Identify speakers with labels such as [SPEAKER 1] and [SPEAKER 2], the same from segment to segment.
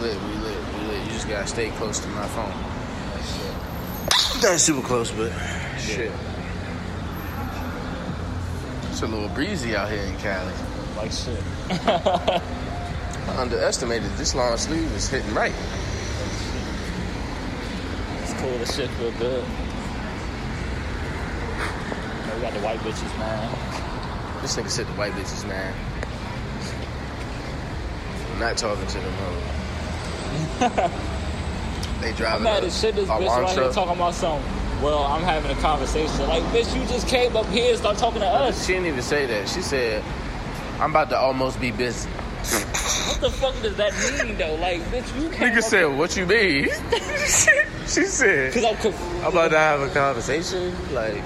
[SPEAKER 1] lit. We lit. We lit. You just gotta stay close to my phone. Not super close, but shit. It's a little breezy out here in Cali.
[SPEAKER 2] Like shit.
[SPEAKER 1] I underestimated this long sleeve is hitting right.
[SPEAKER 2] It's cool. This shit feel good. Yeah, We got the white bitches, man.
[SPEAKER 1] This nigga said the white bitches, man. I'm not talking to them, homie. they
[SPEAKER 2] I'm
[SPEAKER 1] driving
[SPEAKER 2] mad
[SPEAKER 1] a-
[SPEAKER 2] as shit. This
[SPEAKER 1] a
[SPEAKER 2] bitch
[SPEAKER 1] lawn
[SPEAKER 2] right here
[SPEAKER 1] truck.
[SPEAKER 2] talking about some. Well, I'm having a conversation. Like, bitch, you just came up here and start talking to us.
[SPEAKER 1] She didn't even say that. She said, I'm about to almost be busy.
[SPEAKER 2] What the fuck does that mean, though? Like, bitch, you came
[SPEAKER 1] Nigga
[SPEAKER 2] up
[SPEAKER 1] said, What you mean? she said,
[SPEAKER 2] Cause I'm conf-
[SPEAKER 1] I'm about to have a conversation. Like,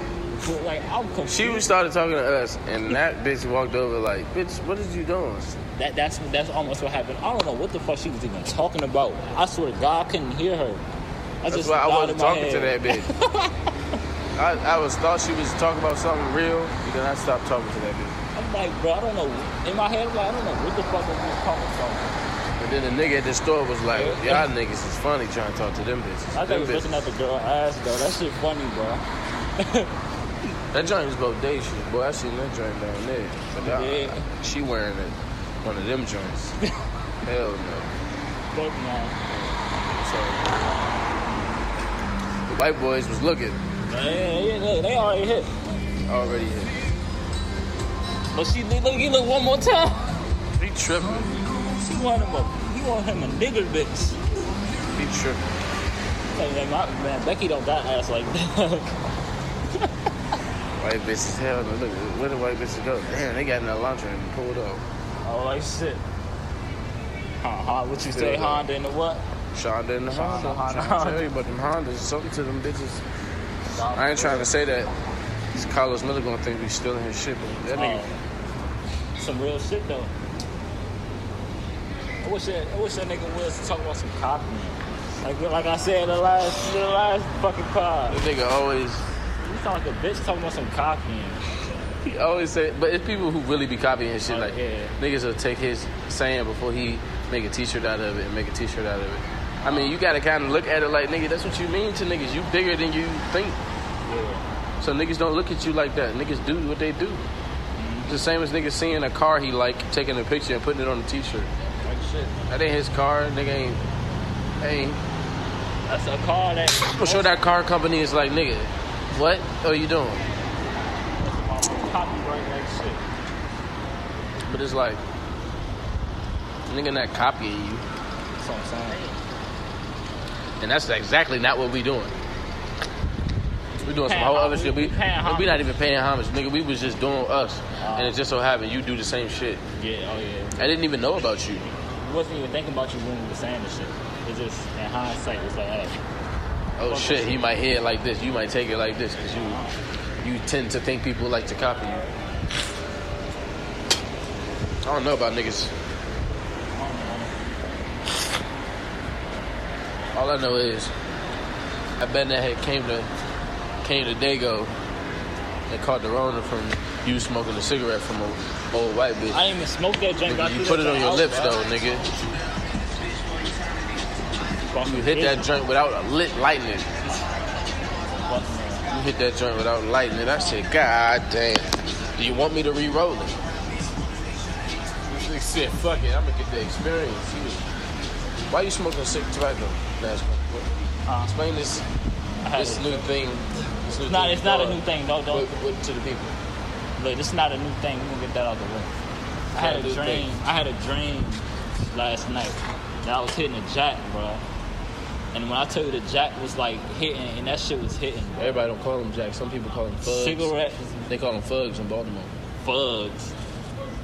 [SPEAKER 2] like I'm confused.
[SPEAKER 1] she was started talking to us, and that bitch walked over, like, Bitch, what is you doing?
[SPEAKER 2] That, that's that's almost what happened. I don't know what the fuck she was even talking about. I swear to God, I couldn't hear her. I
[SPEAKER 1] That's
[SPEAKER 2] just
[SPEAKER 1] why I
[SPEAKER 2] nodded
[SPEAKER 1] wasn't
[SPEAKER 2] my
[SPEAKER 1] talking to
[SPEAKER 2] head.
[SPEAKER 1] that bitch. I, I was thought she was talking about something real, and then I stopped talking to that bitch.
[SPEAKER 2] I'm like, bro, I don't know. In my head, I'm like, I don't know what the fuck was this coming from.
[SPEAKER 1] And then the nigga at the store was like, y'all niggas is funny trying to talk to them bitches.
[SPEAKER 2] I
[SPEAKER 1] Them
[SPEAKER 2] think was
[SPEAKER 1] bitches.
[SPEAKER 2] looking at the girl ass though. That shit funny, bro.
[SPEAKER 1] That joint was bodacious. Boy, I seen that joint down there. But I-
[SPEAKER 2] Yeah.
[SPEAKER 1] she wearing it, one of them joints. Hell no.
[SPEAKER 2] But man,
[SPEAKER 1] So, the white boys was looking
[SPEAKER 2] man, yeah, look, they already hit.
[SPEAKER 1] already here.
[SPEAKER 2] But she look, look, he look one more time.
[SPEAKER 1] He tripping.
[SPEAKER 2] She want him a, he want him a nigger bitch.
[SPEAKER 1] He tripping.
[SPEAKER 2] Like, man, my, man, Becky don't got ass like that.
[SPEAKER 1] White bitches, hell no. Look, where the white bitches go? Damn, they got in that laundry and pulled up.
[SPEAKER 2] oh, like shit. Huh, huh, what you say,
[SPEAKER 1] Yeah, yeah.
[SPEAKER 2] Honda and the what?
[SPEAKER 1] Shonda and the Honda.
[SPEAKER 2] Shonda,
[SPEAKER 1] I'm
[SPEAKER 2] Honda,
[SPEAKER 1] trying to
[SPEAKER 2] Honda.
[SPEAKER 1] tell you about them Hondas. Something to them bitches. I ain't trying to say that. 'cause Carlos Miller gonna think we stealing his shit, but that nigga.
[SPEAKER 2] Oh. some real shit though. I wish that I wish that nigga was talking about some cop man. Like like I said in the last the last fucking pod.
[SPEAKER 1] That nigga always,
[SPEAKER 2] You sound like a bitch talking about some cock man.
[SPEAKER 1] he always say, but it's people who really be copying shit.
[SPEAKER 2] Oh,
[SPEAKER 1] like
[SPEAKER 2] yeah.
[SPEAKER 1] niggas will take his saying before he make a T-shirt out of it and make a T-shirt out of it. I mean, you gotta kind of look at it like nigga. That's what you mean to niggas. You bigger than you think.
[SPEAKER 2] Yeah.
[SPEAKER 1] So niggas don't look at you like that. Niggas do what they do.
[SPEAKER 2] Mm-hmm.
[SPEAKER 1] It's the same as niggas seeing a car he like, taking a picture and putting it on a T-shirt.
[SPEAKER 2] Like shit.
[SPEAKER 1] That ain't his car. Nigga ain't. Ain't.
[SPEAKER 2] That's a car that
[SPEAKER 1] I'm Oh, sure that car company is like nigga. What are you doing?
[SPEAKER 2] that's about copyright like shit.
[SPEAKER 1] But it's like nigga not copying you.
[SPEAKER 2] That's what I'm saying.
[SPEAKER 1] And that's exactly not what we doing. We doing some
[SPEAKER 2] Paying
[SPEAKER 1] whole
[SPEAKER 2] hom-
[SPEAKER 1] other shit. We,
[SPEAKER 2] we paying
[SPEAKER 1] we not
[SPEAKER 2] homage.
[SPEAKER 1] even paying homage, nigga. We was just doing us, and it just so happened you do the same shit.
[SPEAKER 2] Yeah, oh yeah.
[SPEAKER 1] I didn't even know about you.
[SPEAKER 2] We wasn't even thinking about you when we were saying this shit. It's just in hindsight, it's like, hey,
[SPEAKER 1] Oh shit, he might hear it like this. You might take it like this because you you tend to think people like to copy you. I don't know about niggas.
[SPEAKER 2] I don't know.
[SPEAKER 1] All I know is I bet that had came to came to Dago and caught the Rona from you smoking a cigarette from an old white bitch.
[SPEAKER 2] I didn't even smoke that drink. I
[SPEAKER 1] Nigga, you
[SPEAKER 2] threw
[SPEAKER 1] put
[SPEAKER 2] that
[SPEAKER 1] it on
[SPEAKER 2] joint
[SPEAKER 1] your
[SPEAKER 2] out,
[SPEAKER 1] lips
[SPEAKER 2] bro.
[SPEAKER 1] though, nigga.
[SPEAKER 2] Fucking
[SPEAKER 1] You hit that
[SPEAKER 2] bitch.
[SPEAKER 1] joint without a lit lighting it.
[SPEAKER 2] Fucking man.
[SPEAKER 1] You hit that joint without lighting it. I said, God damn. Do you want me to re-roll it? This nigga said, fuck it, I'm gonna get the experience. He was, Why you smoking sick tobacco last month?
[SPEAKER 2] Uh,
[SPEAKER 1] Explain this
[SPEAKER 2] I had
[SPEAKER 1] this
[SPEAKER 2] it.
[SPEAKER 1] new thing. This new
[SPEAKER 2] It's not,
[SPEAKER 1] thing
[SPEAKER 2] it's not a
[SPEAKER 1] going.
[SPEAKER 2] new thing.
[SPEAKER 1] What,
[SPEAKER 2] Don't, don't.
[SPEAKER 1] what to the people?
[SPEAKER 2] Look, it's not a new thing. We're gonna get that out the way. I had a
[SPEAKER 1] New
[SPEAKER 2] dream.
[SPEAKER 1] thing.
[SPEAKER 2] I had a dream last night that I was hitting a jack, bro. And when I tell you the jack was like hitting, and that shit was hitting, bro.
[SPEAKER 1] Everybody don't call him Jack. Some people call him Fugs.
[SPEAKER 2] Cigarettes,
[SPEAKER 1] They call him Fugs in Baltimore.
[SPEAKER 2] bugs.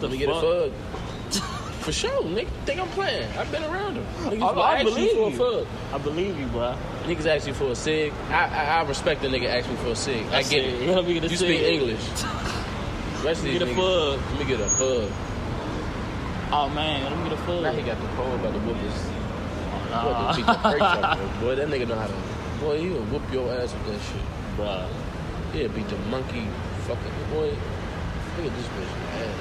[SPEAKER 1] Let me get a Fug. For sure, nigga. Think I'm playing? I've been around him. Niggas
[SPEAKER 2] I-
[SPEAKER 1] will
[SPEAKER 2] I
[SPEAKER 1] ask
[SPEAKER 2] believe
[SPEAKER 1] you
[SPEAKER 2] you.
[SPEAKER 1] for a Fug.
[SPEAKER 2] I believe you, bro.
[SPEAKER 1] Niggas ask you for a cig. I, I, I respect the nigga asking for a cig. I, get it.
[SPEAKER 2] Let me get a
[SPEAKER 1] You
[SPEAKER 2] cig.
[SPEAKER 1] speak English. Rest of these
[SPEAKER 2] Get a
[SPEAKER 1] niggas-
[SPEAKER 2] Fug.
[SPEAKER 1] Let me get a Fug.
[SPEAKER 2] Oh man, let me get a
[SPEAKER 1] Now he
[SPEAKER 2] fug.
[SPEAKER 1] got the call about the whoopers. Ah. Boy,
[SPEAKER 2] Nah.
[SPEAKER 1] the brakes off him. Boy, that nigga know how to. Boy, he will whoop your ass with that shit.
[SPEAKER 2] Bruh.
[SPEAKER 1] He'll beat the monkey fucking. Boy, look at this bitch. Man.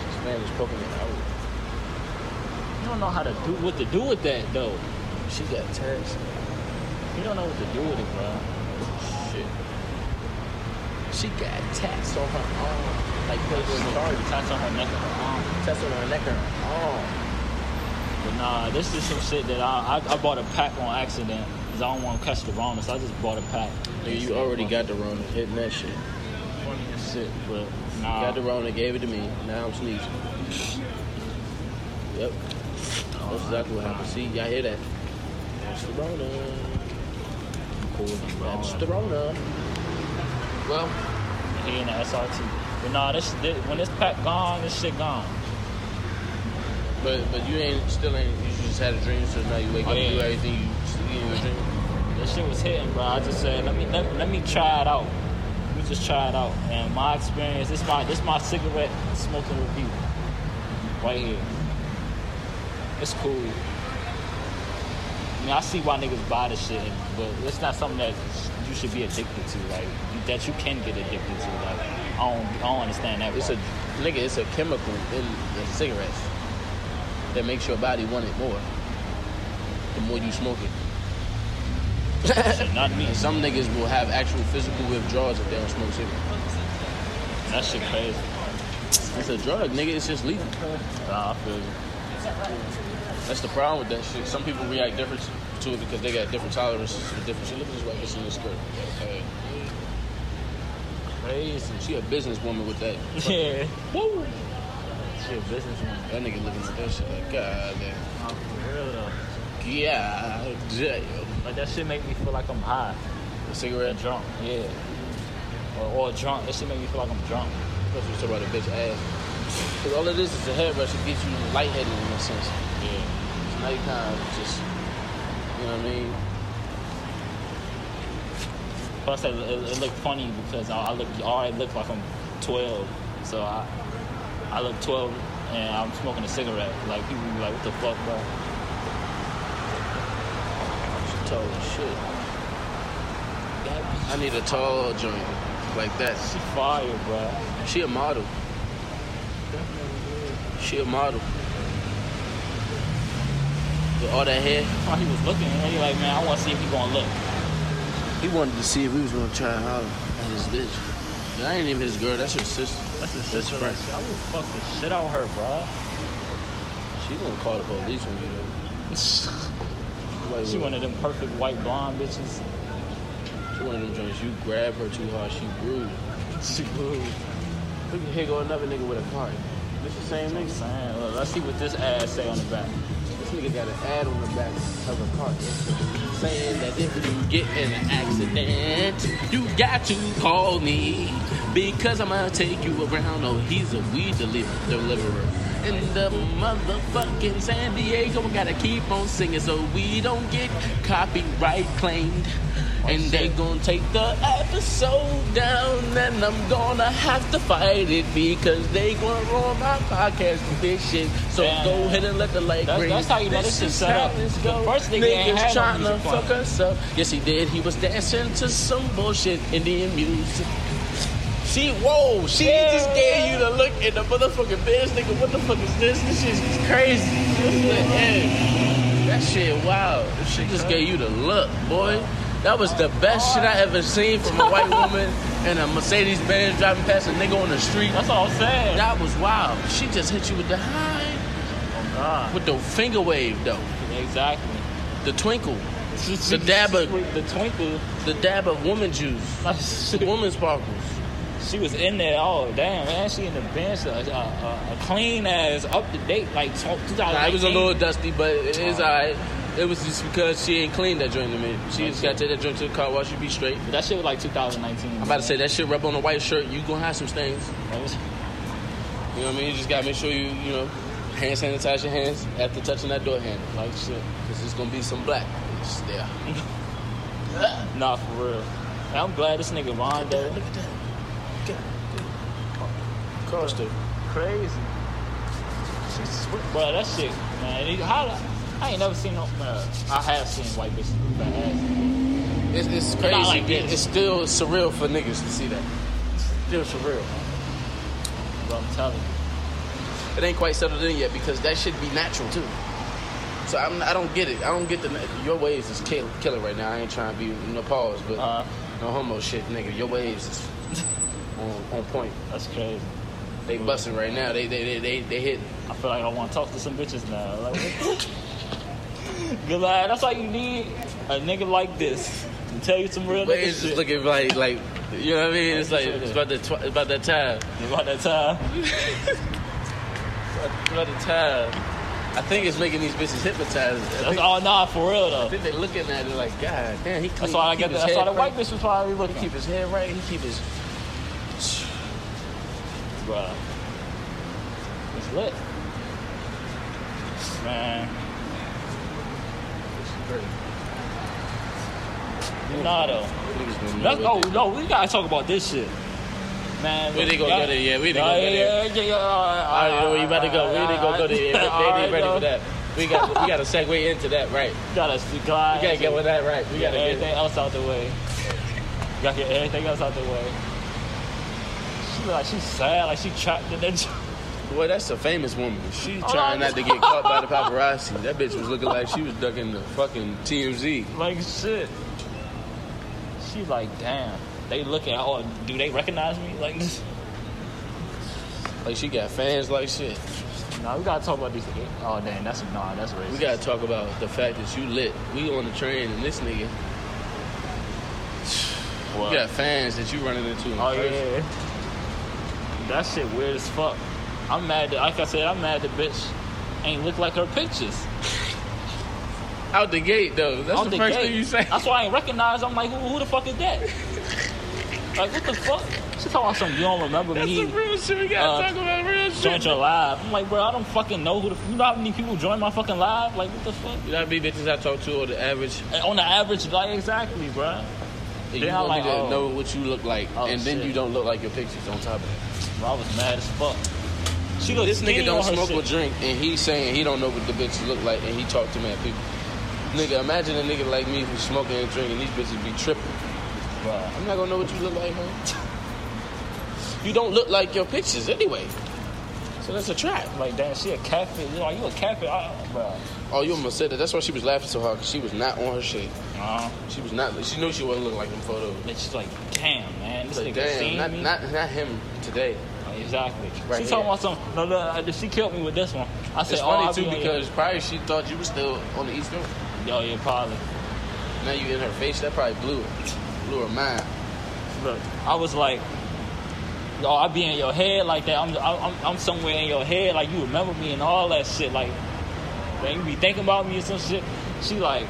[SPEAKER 1] This man is poking it out.
[SPEAKER 2] You don't know how to do what to do with that though.
[SPEAKER 1] She got text.
[SPEAKER 2] You don't know what to do with it, bro.
[SPEAKER 1] Shit. She got tats on her arm. Like Playboy Cardi.
[SPEAKER 2] Tats on her neck and her arm.
[SPEAKER 1] Tats on her neck and her
[SPEAKER 2] But nah, this is some shit that I, I I bought a pack on accident because I don't want to catch the wrong, so I just bought a pack.
[SPEAKER 1] arm. Nigga, you already got the Rona hitting that shit.
[SPEAKER 2] funny as shit, but nah.
[SPEAKER 1] Got the Rona, gave it to me. Now I'm sneezing. Yep. That's exactly what happened. See, y'all hear that? That's the Rona.
[SPEAKER 2] cool and wrong.
[SPEAKER 1] That's the Rona. Well,
[SPEAKER 2] He in the SRT. But nah, this, this when this pack gone, this shit gone.
[SPEAKER 1] but but you ain't still ain't. You just had a dream, so now you wake
[SPEAKER 2] Oh,
[SPEAKER 1] up,
[SPEAKER 2] yeah.
[SPEAKER 1] do everything you see in your dream.
[SPEAKER 2] This shit was hitting, bro. I just said, let me let, let me try it out. Let me just try it out. And my experience, this my this my cigarette smoking review, right here. It's cool. I mean, I see why niggas buy this shit, but it's not something that you should be addicted to, like that you can get addicted to. Like, I don't I don't understand that.
[SPEAKER 1] It's a
[SPEAKER 2] part.
[SPEAKER 1] nigga. It's a chemical in the cigarettes that makes your body want it more. The more you smoke it,
[SPEAKER 2] shit, not me.
[SPEAKER 1] and some niggas will have actual physical withdrawals if they don't smoke cigarettes.
[SPEAKER 2] That shit crazy.
[SPEAKER 1] It's a drug, nigga. It's just lethal.
[SPEAKER 2] Nah, I feel you.
[SPEAKER 1] That's the problem with that shit. Some people react different to it because they got different tolerances for different shit. Look at this white bitch in this skirt. Hey,
[SPEAKER 2] Crazy.
[SPEAKER 1] she a businesswoman with that.
[SPEAKER 2] Yeah. Woo. Shit, businessman.
[SPEAKER 1] That nigga looking at that shit like, God damn.
[SPEAKER 2] Oh, for real though.
[SPEAKER 1] God damn.
[SPEAKER 2] Like that shit make me feel like I'm
[SPEAKER 1] A
[SPEAKER 2] high or
[SPEAKER 1] cigarette?
[SPEAKER 2] drunk. Yeah. Or, or drunk. That shit make me feel like I'm drunk.
[SPEAKER 1] That's what you talk about a bitch ass. Because all of this is a head rush. It gets you lightheaded in a sense.
[SPEAKER 2] Yeah.
[SPEAKER 1] So now you kind of just, you know what I mean?
[SPEAKER 2] Plus, it, it, it looked funny because I, I look I already look like I'm 12. So I I look 12 and I'm smoking a cigarette. Like people be like, what the fuck, bro?
[SPEAKER 1] She tall as shit. I need a tall joint like that.
[SPEAKER 2] She fire, bro.
[SPEAKER 1] She a model. She a model. With all that hair,
[SPEAKER 2] That's why he was looking. And he like, man, I want to see if he gonna look.
[SPEAKER 1] he wanted to see if we was gonna try out at his bitch. And I ain't even his girl. That's her sister. That's his sister.
[SPEAKER 2] Like, I would fuck the shit out of her, bro.
[SPEAKER 1] She gonna call the police on you though. Like,
[SPEAKER 2] She one of them perfect white blonde bitches.
[SPEAKER 1] she one of them joints. You grab her too hard, she bruised.
[SPEAKER 2] She blue.
[SPEAKER 1] Look here go another nigga with a card. This the same
[SPEAKER 2] I'm saying, look, let's see what this ad say on the back.
[SPEAKER 1] This nigga got an ad on the back of a car saying that if you get in an accident, you got to call me because I'm gonna take you around. Oh, he's a weed deli- deliverer. In the motherfucking San Diego, we gotta keep on singing so we don't get copyright claimed. And they gonna take the episode down, and I'm gonna have to fight it because they gonna ruin my podcast with this shit. So
[SPEAKER 2] Damn.
[SPEAKER 1] go ahead and let the like.
[SPEAKER 2] That's- that's how you know this is set up. The first nigga ain't had no
[SPEAKER 1] trying to
[SPEAKER 2] music
[SPEAKER 1] fuck
[SPEAKER 2] plan.
[SPEAKER 1] us up. Yes, he did. He was dancing to some bullshit Indian music. She, whoa, she just gave you the look in the motherfucking bitch, nigga. What the fuck is this? This shit's crazy. This is the end. That shit, wow. She just gave you the look, boy. That was the best shit I ever seen from a white woman and a Mercedes Benz driving past a nigga on the street.
[SPEAKER 2] That's all I'm saying.
[SPEAKER 1] That was wild. She just hit you with the high,
[SPEAKER 2] oh God.
[SPEAKER 1] with the finger wave though,
[SPEAKER 2] Exactly.
[SPEAKER 1] the twinkle. The dab of-
[SPEAKER 2] the twinkle.
[SPEAKER 1] The dab of woman juice. Woman sparkles.
[SPEAKER 2] she was in there. Oh damn, man, she in the bench. A, a, a, a clean ass, up to date, like tw- 2018.
[SPEAKER 1] Nah, it was a little dusty, but it is alright. It was just because she ain't cleaned that joint to me. She just gotta take that joint to the car wash, you be straight.
[SPEAKER 2] But that shit was like 2019.
[SPEAKER 1] I'm about to say that shit rub on a white shirt, you gonna have some stains. You know what I mean? You just gotta make sure you, you know, hand sanitize your hands after touching that door handle. Like shit. Cause it's gonna be some black. It's there.
[SPEAKER 2] Nah, for real. And I'm glad this nigga Ron there.
[SPEAKER 1] at that. Look at Cross the
[SPEAKER 2] Crazy. Bro, that shit, man. It, how, I ain't never seen no. Uh, I have seen white bitches do bad ass.
[SPEAKER 1] It's, it's crazy.
[SPEAKER 2] Not like
[SPEAKER 1] but
[SPEAKER 2] this.
[SPEAKER 1] it's still surreal for niggas to see that. Still surreal.
[SPEAKER 2] Bro, I'm telling you.
[SPEAKER 1] It ain't quite settled in yet because that should be natural too. So I'm, I don't get it. I don't get the your waves is kill, killer right now. I ain't trying to be no pause, but
[SPEAKER 2] Uh,
[SPEAKER 1] no homo shit, nigga. Your waves is on, on point.
[SPEAKER 2] that's crazy.
[SPEAKER 1] They busting right now. They they they they, they hitting.
[SPEAKER 2] I feel like I want to talk to some bitches now. Like, what? Good lad, that's why you need a nigga like this to tell you some real nigga
[SPEAKER 1] Waves is
[SPEAKER 2] shit.
[SPEAKER 1] looking like like you know what I mean. It's like
[SPEAKER 2] Like,
[SPEAKER 1] it's about the tw- it's about that time.
[SPEAKER 2] About that time.
[SPEAKER 1] It's about the time. I think it's making these bitches hypnotized. I
[SPEAKER 2] That's
[SPEAKER 1] think,
[SPEAKER 2] all nah for real though.
[SPEAKER 1] I think they looking at it like, God damn, he clean.
[SPEAKER 2] That's why I
[SPEAKER 1] he keep
[SPEAKER 2] get.
[SPEAKER 1] his
[SPEAKER 2] That. That's why
[SPEAKER 1] head
[SPEAKER 2] the white
[SPEAKER 1] right.
[SPEAKER 2] bitch was probably
[SPEAKER 1] He
[SPEAKER 2] looking.
[SPEAKER 1] keep his head right. He keep his.
[SPEAKER 2] Bruh. It's lit. Man. Nah, though. That's, oh, no, we gotta talk about this shit. Man.
[SPEAKER 1] We didn't go
[SPEAKER 2] y'all-
[SPEAKER 1] there, yeah, we didn't
[SPEAKER 2] Nah,
[SPEAKER 1] go there.
[SPEAKER 2] Yeah, yeah, yeah,
[SPEAKER 1] I already know where you about to go. We didn't go go to it. They ain't ready for that. We got we got to segue into that right.
[SPEAKER 2] Gotta
[SPEAKER 1] We gotta get with that right. We
[SPEAKER 2] Get
[SPEAKER 1] gotta get
[SPEAKER 2] everything else out the way. Gotta get everything else out the way. She look like she's sad, like she trapped in that.
[SPEAKER 1] Well, that's a famous woman. She
[SPEAKER 2] Oh,
[SPEAKER 1] trying
[SPEAKER 2] no.
[SPEAKER 1] not to get caught by the paparazzi. That bitch was looking like she was ducking the fucking TMZ.
[SPEAKER 2] Like shit. She like, damn. They looking. Oh, do they recognize me? Like,
[SPEAKER 1] Like she got fans like shit.
[SPEAKER 2] nah. We gotta talk about these. Oh, damn. That's nah. That's racist.
[SPEAKER 1] We gotta talk about the fact that you lit. We on the train and this nigga.
[SPEAKER 2] Well,
[SPEAKER 1] You got fans that you running into. in
[SPEAKER 2] Oh
[SPEAKER 1] person.
[SPEAKER 2] yeah. That shit weird as fuck. I'm mad. That, like I said, I'm mad. The bitch ain't look like her pictures.
[SPEAKER 1] Out the gate though. That's
[SPEAKER 2] Out
[SPEAKER 1] the, first
[SPEAKER 2] gate.
[SPEAKER 1] thing you say.
[SPEAKER 2] That's why I ain't recognized. I'm like, who, who the fuck is that? like, what the fuck? She talking about something you don't remember
[SPEAKER 1] That's
[SPEAKER 2] me.
[SPEAKER 1] the real shit. We gotta
[SPEAKER 2] uh,
[SPEAKER 1] talk about real shit.
[SPEAKER 2] Joined your live. I'm like, bro, I don't fucking know who the. You know how many people join my fucking live? Like, what the fuck?
[SPEAKER 1] You know how many bitches I talk to or the average?
[SPEAKER 2] And on the average, like exactly, bro.
[SPEAKER 1] You
[SPEAKER 2] They
[SPEAKER 1] want
[SPEAKER 2] all
[SPEAKER 1] me
[SPEAKER 2] like,
[SPEAKER 1] to
[SPEAKER 2] oh.
[SPEAKER 1] know what you look like,
[SPEAKER 2] Oh,
[SPEAKER 1] and then
[SPEAKER 2] shit.
[SPEAKER 1] you don't look like your pictures on top of that.
[SPEAKER 2] Bro, I was mad as fuck. She looked
[SPEAKER 1] This nigga
[SPEAKER 2] skinny
[SPEAKER 1] don't
[SPEAKER 2] on her
[SPEAKER 1] smoke
[SPEAKER 2] shit.
[SPEAKER 1] or drink, and he's saying he don't know what the bitches look like, and he talk to mad people. Nigga, imagine a nigga like me who's smoking and drinking, these bitches be tripping.
[SPEAKER 2] Bro.
[SPEAKER 1] I'm not gonna know what you look like, man. You don't look like your pictures anyway. So that's a trap.
[SPEAKER 2] Like, damn, she a catfish. You know, you a catfish, I, bro.
[SPEAKER 1] Oh, you almost said that. That's why she was laughing so hard, because she was not on her shit.
[SPEAKER 2] Uh,
[SPEAKER 1] She was not, she knew she wasn't looking like them photos.
[SPEAKER 2] and she's like, damn, man, this
[SPEAKER 1] Like,
[SPEAKER 2] nigga
[SPEAKER 1] damn,
[SPEAKER 2] seen
[SPEAKER 1] not,
[SPEAKER 2] me.
[SPEAKER 1] not, not him today.
[SPEAKER 2] Like, exactly.
[SPEAKER 1] Right
[SPEAKER 2] she
[SPEAKER 1] here.
[SPEAKER 2] talking about something. No, no, uh, she killed me with this one. I said,
[SPEAKER 1] It's
[SPEAKER 2] oh,
[SPEAKER 1] funny
[SPEAKER 2] I'll
[SPEAKER 1] too
[SPEAKER 2] be on your-
[SPEAKER 1] because probably she thought you were still on the East Coast.
[SPEAKER 2] Yo, yeah, probably.
[SPEAKER 1] Now you in her face, that probably blew her, blew her mind.
[SPEAKER 2] Look, I was like, yo, I be in your head like that. I'm, I'm, I'm somewhere in your head, like you remember me and all that shit. Like, man, you be thinking about me or some shit. She like,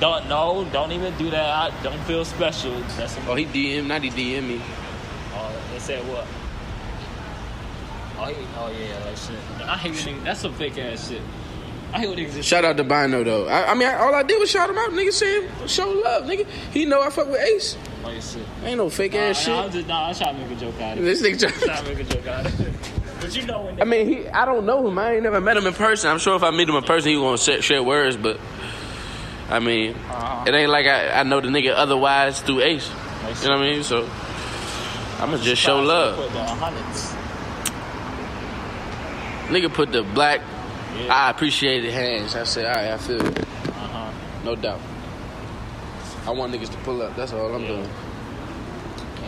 [SPEAKER 2] don't no, don't even do that. I don't feel special. That's
[SPEAKER 1] Oh, he DM, not he DM me.
[SPEAKER 2] Oh, they said what? Oh, he, oh yeah, that shit. I hate when niggas. That's a fake ass shit. I hate when niggas just.
[SPEAKER 1] Shout out to Bino though. I, I mean, I, all I did was shout him out, nigga. Say show love, nigga. He know I fuck with Ace.
[SPEAKER 2] Oh yeah, shit.
[SPEAKER 1] Ain't no fake ass
[SPEAKER 2] Nah, nah, I'm
[SPEAKER 1] shit.
[SPEAKER 2] just nah. I try to make a joke out of it.
[SPEAKER 1] This nigga.
[SPEAKER 2] I
[SPEAKER 1] try-
[SPEAKER 2] try to make a joke out of it. But you know when. They,
[SPEAKER 1] I mean, he. I don't know him. I ain't never met him in person. I'm sure if I meet him in person, he gonna share, share words. But I mean,
[SPEAKER 2] Uh-huh.
[SPEAKER 1] it ain't like I, I know the nigga otherwise through Ace.
[SPEAKER 2] Like,
[SPEAKER 1] You know what I mean? So I'ma just show love.
[SPEAKER 2] Put down hundreds.
[SPEAKER 1] Nigga put the black,
[SPEAKER 2] Yeah.
[SPEAKER 1] I appreciate it hands. I said, all right, I feel it.
[SPEAKER 2] Uh huh.
[SPEAKER 1] No doubt. I want niggas to pull up. That's all I'm
[SPEAKER 2] Yeah.
[SPEAKER 1] doing.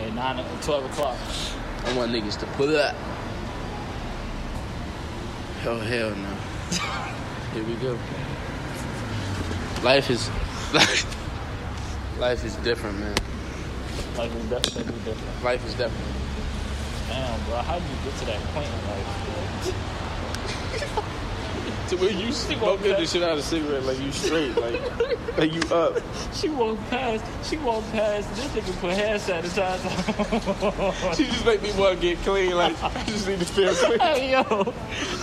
[SPEAKER 2] At nine, o- twelve o'clock.
[SPEAKER 1] I want niggas to pull up. Oh, hell no. Here we go. Life is. Life is different, man.
[SPEAKER 2] Like it's definitely different.
[SPEAKER 1] Life is different.
[SPEAKER 2] Damn, bro, how did you get to that point? Like,
[SPEAKER 1] To where you
[SPEAKER 2] smoked the
[SPEAKER 1] shit out of cigarette like you straight, like like you up.
[SPEAKER 2] she walked past. She walked past. This nigga put hand sanitizer.
[SPEAKER 1] She just make me want to get clean. Like I just need to feel clean.
[SPEAKER 2] on. hey yo.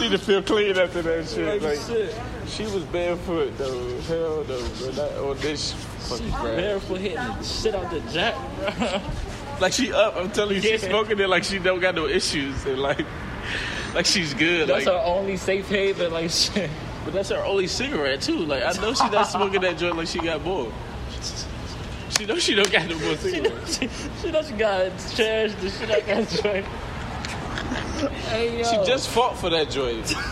[SPEAKER 1] Need to feel clean after that shit.
[SPEAKER 2] Like, shit.
[SPEAKER 1] She was barefoot though. Hell no, bro. Not on this fucking crap.
[SPEAKER 2] barefoot hitting the shit out the jack, bro.
[SPEAKER 1] Like she up, I'm telling you, she's
[SPEAKER 2] Yeah.
[SPEAKER 1] smoking it like she don't got no issues and like like she's good.
[SPEAKER 2] That's
[SPEAKER 1] Like
[SPEAKER 2] our only safe haven, like shit.
[SPEAKER 1] but that's her only cigarette too. Like I know she not smoking that joint like she got more. She know she don't got no more
[SPEAKER 2] She
[SPEAKER 1] cigarettes.
[SPEAKER 2] does, she, she does gotta cherish the shit I got joint. Hey yo,
[SPEAKER 1] She just fought for that joint.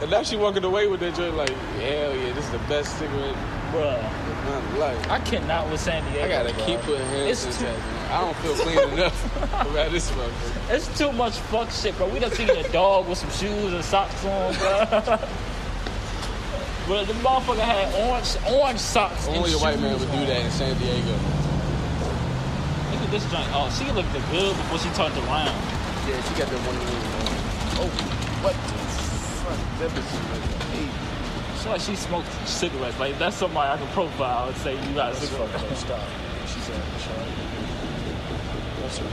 [SPEAKER 1] And now she walking away with that joint like, hell yeah, this is the best cigarette
[SPEAKER 2] Bruh,
[SPEAKER 1] of my life.
[SPEAKER 2] I cannot with San Diego.
[SPEAKER 1] I gotta
[SPEAKER 2] bruh.
[SPEAKER 1] keep putting hands
[SPEAKER 2] It's
[SPEAKER 1] in this
[SPEAKER 2] too-
[SPEAKER 1] ass. I don't feel clean enough about this motherfucker.
[SPEAKER 2] It's too much fuck shit, bro. We done seen a dog with some shoes and socks on, bro. But the motherfucker had orange orange socks. and
[SPEAKER 1] Only a white man
[SPEAKER 2] shoes
[SPEAKER 1] would do
[SPEAKER 2] on.
[SPEAKER 1] that in San Diego.
[SPEAKER 2] Look at this joint. Oh, she looked good before she turned around.
[SPEAKER 1] Yeah, she got that one little. Oh, what the fuck? That bitch is like eight.
[SPEAKER 2] She like she smoked cigarettes. Like that's somebody I can profile and say you got a cigarette.
[SPEAKER 1] Stop. She said, That's her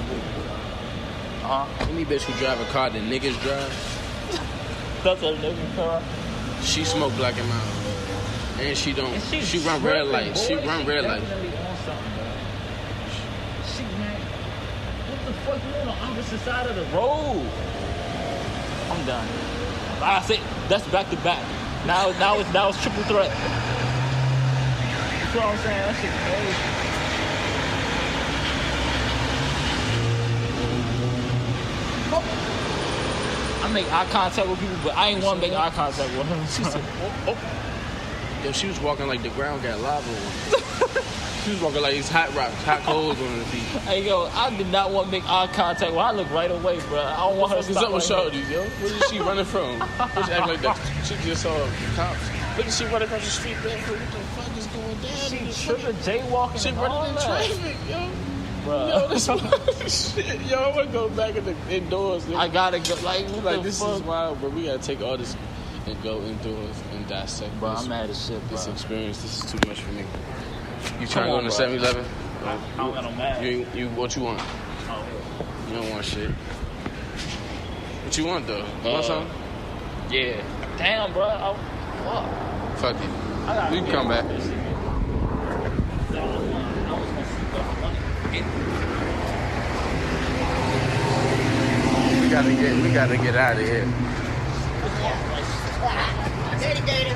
[SPEAKER 2] Huh?
[SPEAKER 1] uh, Any bitch who drive a car that niggas drive,
[SPEAKER 2] That's a nigga car.
[SPEAKER 1] she smoke black and mild. And she don't.
[SPEAKER 2] And she's
[SPEAKER 1] she run red
[SPEAKER 2] tripping,
[SPEAKER 1] light. She
[SPEAKER 2] boy.
[SPEAKER 1] run red light.
[SPEAKER 2] definitely on something, bro. She man, what the fuck you on the opposite side of the road? I'm done. I say that's back to back. Now, now it's now it's triple threat. You know what I'm saying? That shit crazy. I make eye contact with people, but I ain't want to make eye contact with them.
[SPEAKER 1] Yo, she was walking like the ground got lava on her. She was walking like these hot rocks, hot coals on her feet.
[SPEAKER 2] Hey yo, I did not want to make eye contact. Well, I look right away, bro. I don't want her to
[SPEAKER 1] What's up
[SPEAKER 2] stop.
[SPEAKER 1] with
[SPEAKER 2] right
[SPEAKER 1] Shawty, yo? Where is she running from? Bitch act like that. She just saw the cops. Look at she running across the street barefoot. What the fuck is going down? in
[SPEAKER 2] here.
[SPEAKER 1] this
[SPEAKER 2] She tripping, jaywalking,
[SPEAKER 1] She
[SPEAKER 2] and all
[SPEAKER 1] running in
[SPEAKER 2] that.
[SPEAKER 1] traffic, yo.
[SPEAKER 2] Bruh.
[SPEAKER 1] Yo, this shit. Yo, I wanna go back in the indoors. Nigga.
[SPEAKER 2] I gotta go. Like, what
[SPEAKER 1] like
[SPEAKER 2] the
[SPEAKER 1] this
[SPEAKER 2] fuck?
[SPEAKER 1] is wild, but we gotta take all this and go indoors and dissect.
[SPEAKER 2] bro,
[SPEAKER 1] this,
[SPEAKER 2] I'm mad as shit, bro.
[SPEAKER 1] this experience. This is too much for me. You trying
[SPEAKER 2] Come
[SPEAKER 1] to go
[SPEAKER 2] on,
[SPEAKER 1] on the
[SPEAKER 2] bro.
[SPEAKER 1] 7-Eleven?
[SPEAKER 2] I, I don't got no mad.
[SPEAKER 1] You, ain't- you what you want? You don't want shit. What you want though? You
[SPEAKER 2] Uh,
[SPEAKER 1] want something?
[SPEAKER 2] yeah. Damn, bro. I, fuck.
[SPEAKER 1] Fuck it.
[SPEAKER 2] I gotta
[SPEAKER 1] We can
[SPEAKER 2] get
[SPEAKER 1] come back.
[SPEAKER 2] this shit. That was one- that was one super funny.
[SPEAKER 1] We gotta get we gotta get out of here.
[SPEAKER 3] Dirty, dirty.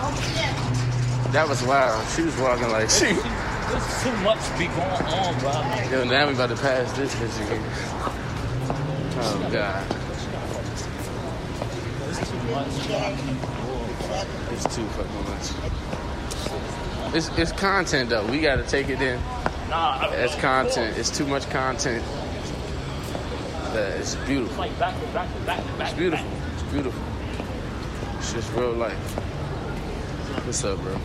[SPEAKER 3] Oh, yeah.
[SPEAKER 1] That was wild. She was walking like she.
[SPEAKER 2] There's too much be going on, bro. Like,
[SPEAKER 1] Yo, now we about to pass this bitch again. Oh god,
[SPEAKER 2] there's too much.
[SPEAKER 1] it's too fucking much. It's it's content though. We gotta take it in.
[SPEAKER 2] Nah, I-
[SPEAKER 1] That's content. It's too much content. That it's
[SPEAKER 2] It's
[SPEAKER 1] beautiful.
[SPEAKER 2] like back to back to back to back.
[SPEAKER 1] It's beautiful. It's beautiful. It's just real life. What's up, bro?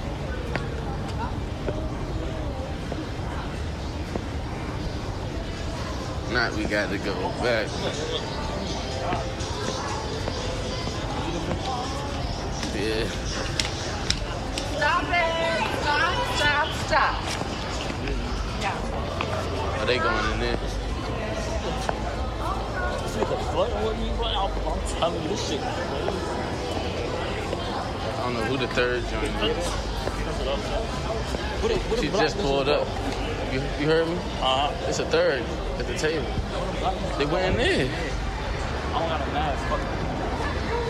[SPEAKER 1] Not we got to go back. Yeah.
[SPEAKER 3] Stop it! Stop, stop, stop.
[SPEAKER 1] Are Oh, they going in there?
[SPEAKER 2] This nigga flirting with me, bro. I'm, I'm telling you, this shit crazy.
[SPEAKER 1] I don't know who the third joint is.
[SPEAKER 2] What it- what it
[SPEAKER 1] She
[SPEAKER 2] block
[SPEAKER 1] just
[SPEAKER 2] this
[SPEAKER 1] pulled
[SPEAKER 2] is
[SPEAKER 1] up. You, you heard me?
[SPEAKER 2] about? Uh-huh.
[SPEAKER 1] It's a third at the table. They went in there.
[SPEAKER 2] I don't got a mask. Fuck.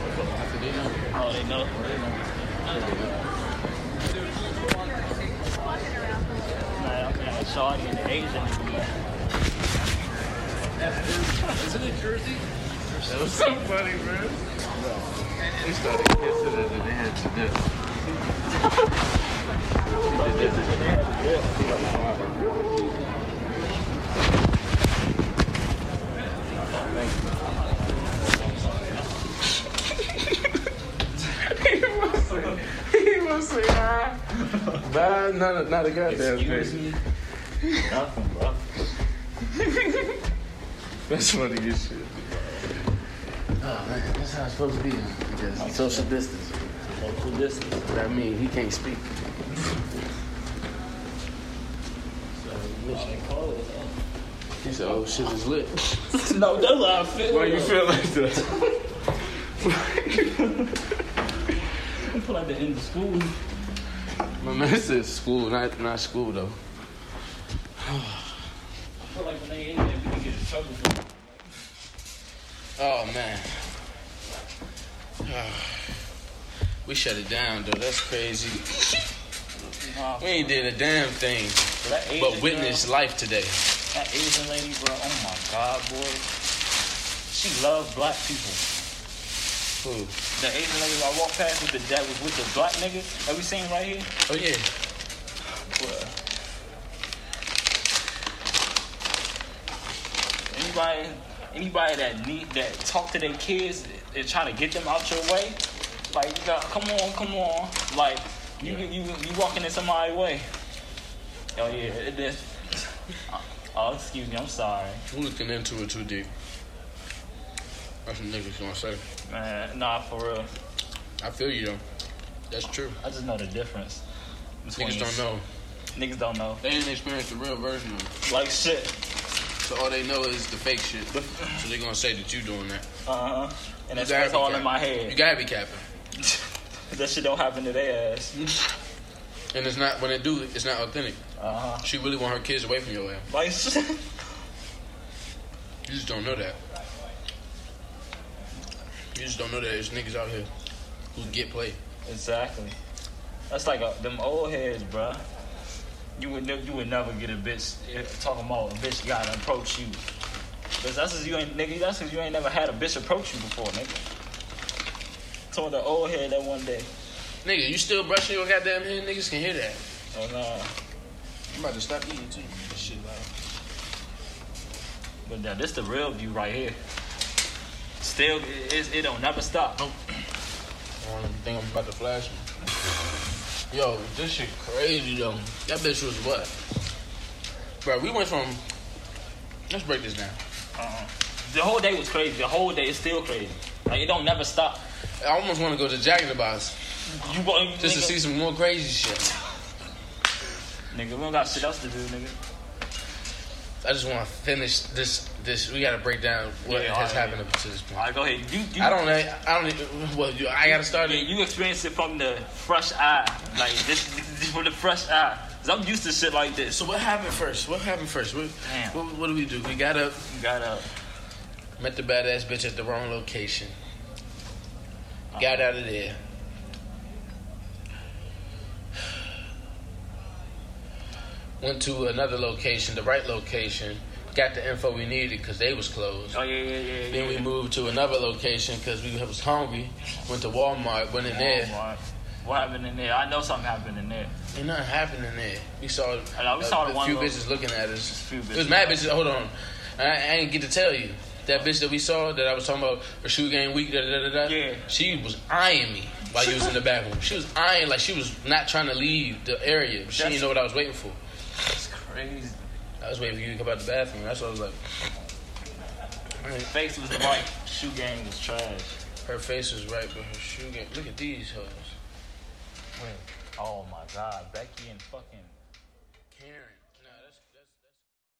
[SPEAKER 2] Oh, they know. They know. Nah, okay, I saw it in the Asian. Isn't it Jersey?
[SPEAKER 1] That was so funny, bro. They started kissing and then they had to do. She did this. He was like, ah. Bye, not a, not a goddamn
[SPEAKER 2] Excuse
[SPEAKER 1] thing.
[SPEAKER 2] me. Nothing, bro.
[SPEAKER 1] That's funny as shit. Oh, man, that's how it's supposed to be. Because social distance.
[SPEAKER 2] Social distance.
[SPEAKER 1] That means he can't speak. He said, oh, shit is lit.
[SPEAKER 2] no, that's how I feel.
[SPEAKER 1] Why you feel like that?
[SPEAKER 2] I feel like the end of school.
[SPEAKER 1] My man said school, not, not school, though.
[SPEAKER 2] I feel like when they end it, we can get in trouble. For it.
[SPEAKER 1] Oh, man. We shut it down, though. That's crazy.
[SPEAKER 2] Nah,
[SPEAKER 1] We ain't did a damn thing.
[SPEAKER 2] That Asian
[SPEAKER 1] but witnessed life today.
[SPEAKER 2] girl- that Asian lady, bro. Oh my God, boy. She loved black people.
[SPEAKER 1] Hmm.
[SPEAKER 2] The Asian lady I walked past with the that was with the black nigga that we seen right here.
[SPEAKER 1] Oh yeah.
[SPEAKER 2] Bruh. Anybody, anybody that need that talk to their kids and trying to get them out your way, like you got, come on, come on, like you you you walking in somebody's way. Oh yeah, it, it, oh excuse me, I'm sorry,
[SPEAKER 1] I'm looking into it too deep. That's what niggas gonna say.
[SPEAKER 2] man. Nah, for real,
[SPEAKER 1] I feel you though. That's true.
[SPEAKER 2] I just know the difference. between
[SPEAKER 1] Niggas don't
[SPEAKER 2] us.
[SPEAKER 1] know.
[SPEAKER 2] Niggas don't know.
[SPEAKER 1] They didn't experience the real version of it.
[SPEAKER 2] Like shit.
[SPEAKER 1] So all they know is the fake shit. So they gonna say that you doing that.
[SPEAKER 2] Uh huh. And
[SPEAKER 1] You
[SPEAKER 2] that's,
[SPEAKER 1] gotta
[SPEAKER 2] that's
[SPEAKER 1] be
[SPEAKER 2] all in
[SPEAKER 1] capping.
[SPEAKER 2] my
[SPEAKER 1] You
[SPEAKER 2] head.
[SPEAKER 1] gotta be capping.
[SPEAKER 2] that shit don't happen to their ass.
[SPEAKER 1] And it's not when they do it, it's not authentic.
[SPEAKER 2] Uh huh.
[SPEAKER 1] She really want her kids away from your ass.
[SPEAKER 2] Like shit.
[SPEAKER 1] You just don't know that. You just don't know that there's niggas out here who get played.
[SPEAKER 2] Exactly. That's like a, them old heads, bruh. You would ne- you would never get a bitch eh, talking about a bitch gotta approach you. Cause that's cause you ain't nigga. That's cause you ain't never had a bitch approach you before, nigga. Told the old head that one day.
[SPEAKER 1] Nigga, you still brushing your goddamn hair? Niggas can hear that.
[SPEAKER 2] Oh no.
[SPEAKER 1] I'm about to stop eating too. This shit loud.
[SPEAKER 2] But now this the real view right here. Still, it, it, it don't never stop.
[SPEAKER 1] Um, I don't think I'm about to flash me. Yo, this shit crazy though. That bitch was what? Bro, we went from. Let's break this down.
[SPEAKER 2] Uh-uh. The whole day was crazy. The whole day is still crazy. Like it don't never stop.
[SPEAKER 1] I almost want to go to Jack in the Box
[SPEAKER 2] You want
[SPEAKER 1] just to
[SPEAKER 2] nigga-
[SPEAKER 1] see some more crazy shit.
[SPEAKER 2] Nigga, we don't got shit else to do, nigga.
[SPEAKER 1] I just want to finish this. This we got to break down what
[SPEAKER 2] Yeah,
[SPEAKER 1] has
[SPEAKER 2] alright.
[SPEAKER 1] happened up to this point.
[SPEAKER 2] All right, go ahead. You, you,
[SPEAKER 1] I don't. I don't. Well, you, I gotta start
[SPEAKER 2] Yeah,
[SPEAKER 1] it.
[SPEAKER 2] you experience it from the fresh eye, like this, this from the fresh eye. Cause I'm used to shit like this.
[SPEAKER 1] So what happened first? What happened first? What,
[SPEAKER 2] Damn.
[SPEAKER 1] what, what do we do? We got up,
[SPEAKER 2] You got up.
[SPEAKER 1] met the badass bitch at the wrong location, got out of there. Went to another location, the right location, got the info we needed because they was closed.
[SPEAKER 2] Oh yeah, yeah, yeah. yeah.
[SPEAKER 1] Then we moved to another location because we was hungry. Went to Walmart, went in there.
[SPEAKER 2] Walmart. What happened in there? I know something happened in there.
[SPEAKER 1] Ain't nothing happened in there. We saw,
[SPEAKER 2] know, we
[SPEAKER 1] a,
[SPEAKER 2] saw
[SPEAKER 1] a
[SPEAKER 2] the one
[SPEAKER 1] few
[SPEAKER 2] little-
[SPEAKER 1] bitches looking at us.
[SPEAKER 2] few
[SPEAKER 1] It was
[SPEAKER 2] bitches.
[SPEAKER 1] mad bitches. Hold on, I, I ain't get to tell you that bitch that we saw that I was talking about her shoe game week. Da, da, da, da, da,
[SPEAKER 2] Yeah.
[SPEAKER 1] she was eyeing me while you was in the bathroom. She was eyeing like she was not trying to leave the area. She
[SPEAKER 2] That's-
[SPEAKER 1] didn't know what I was waiting for.
[SPEAKER 2] It's crazy.
[SPEAKER 1] I was waiting for you to come out the bathroom. That's what I was like.
[SPEAKER 2] Face was right. Shoe game was trash.
[SPEAKER 1] Her face was right, but her shoe game. Look at these hoes.
[SPEAKER 2] Oh my god, Becky and fucking.
[SPEAKER 1] Karen.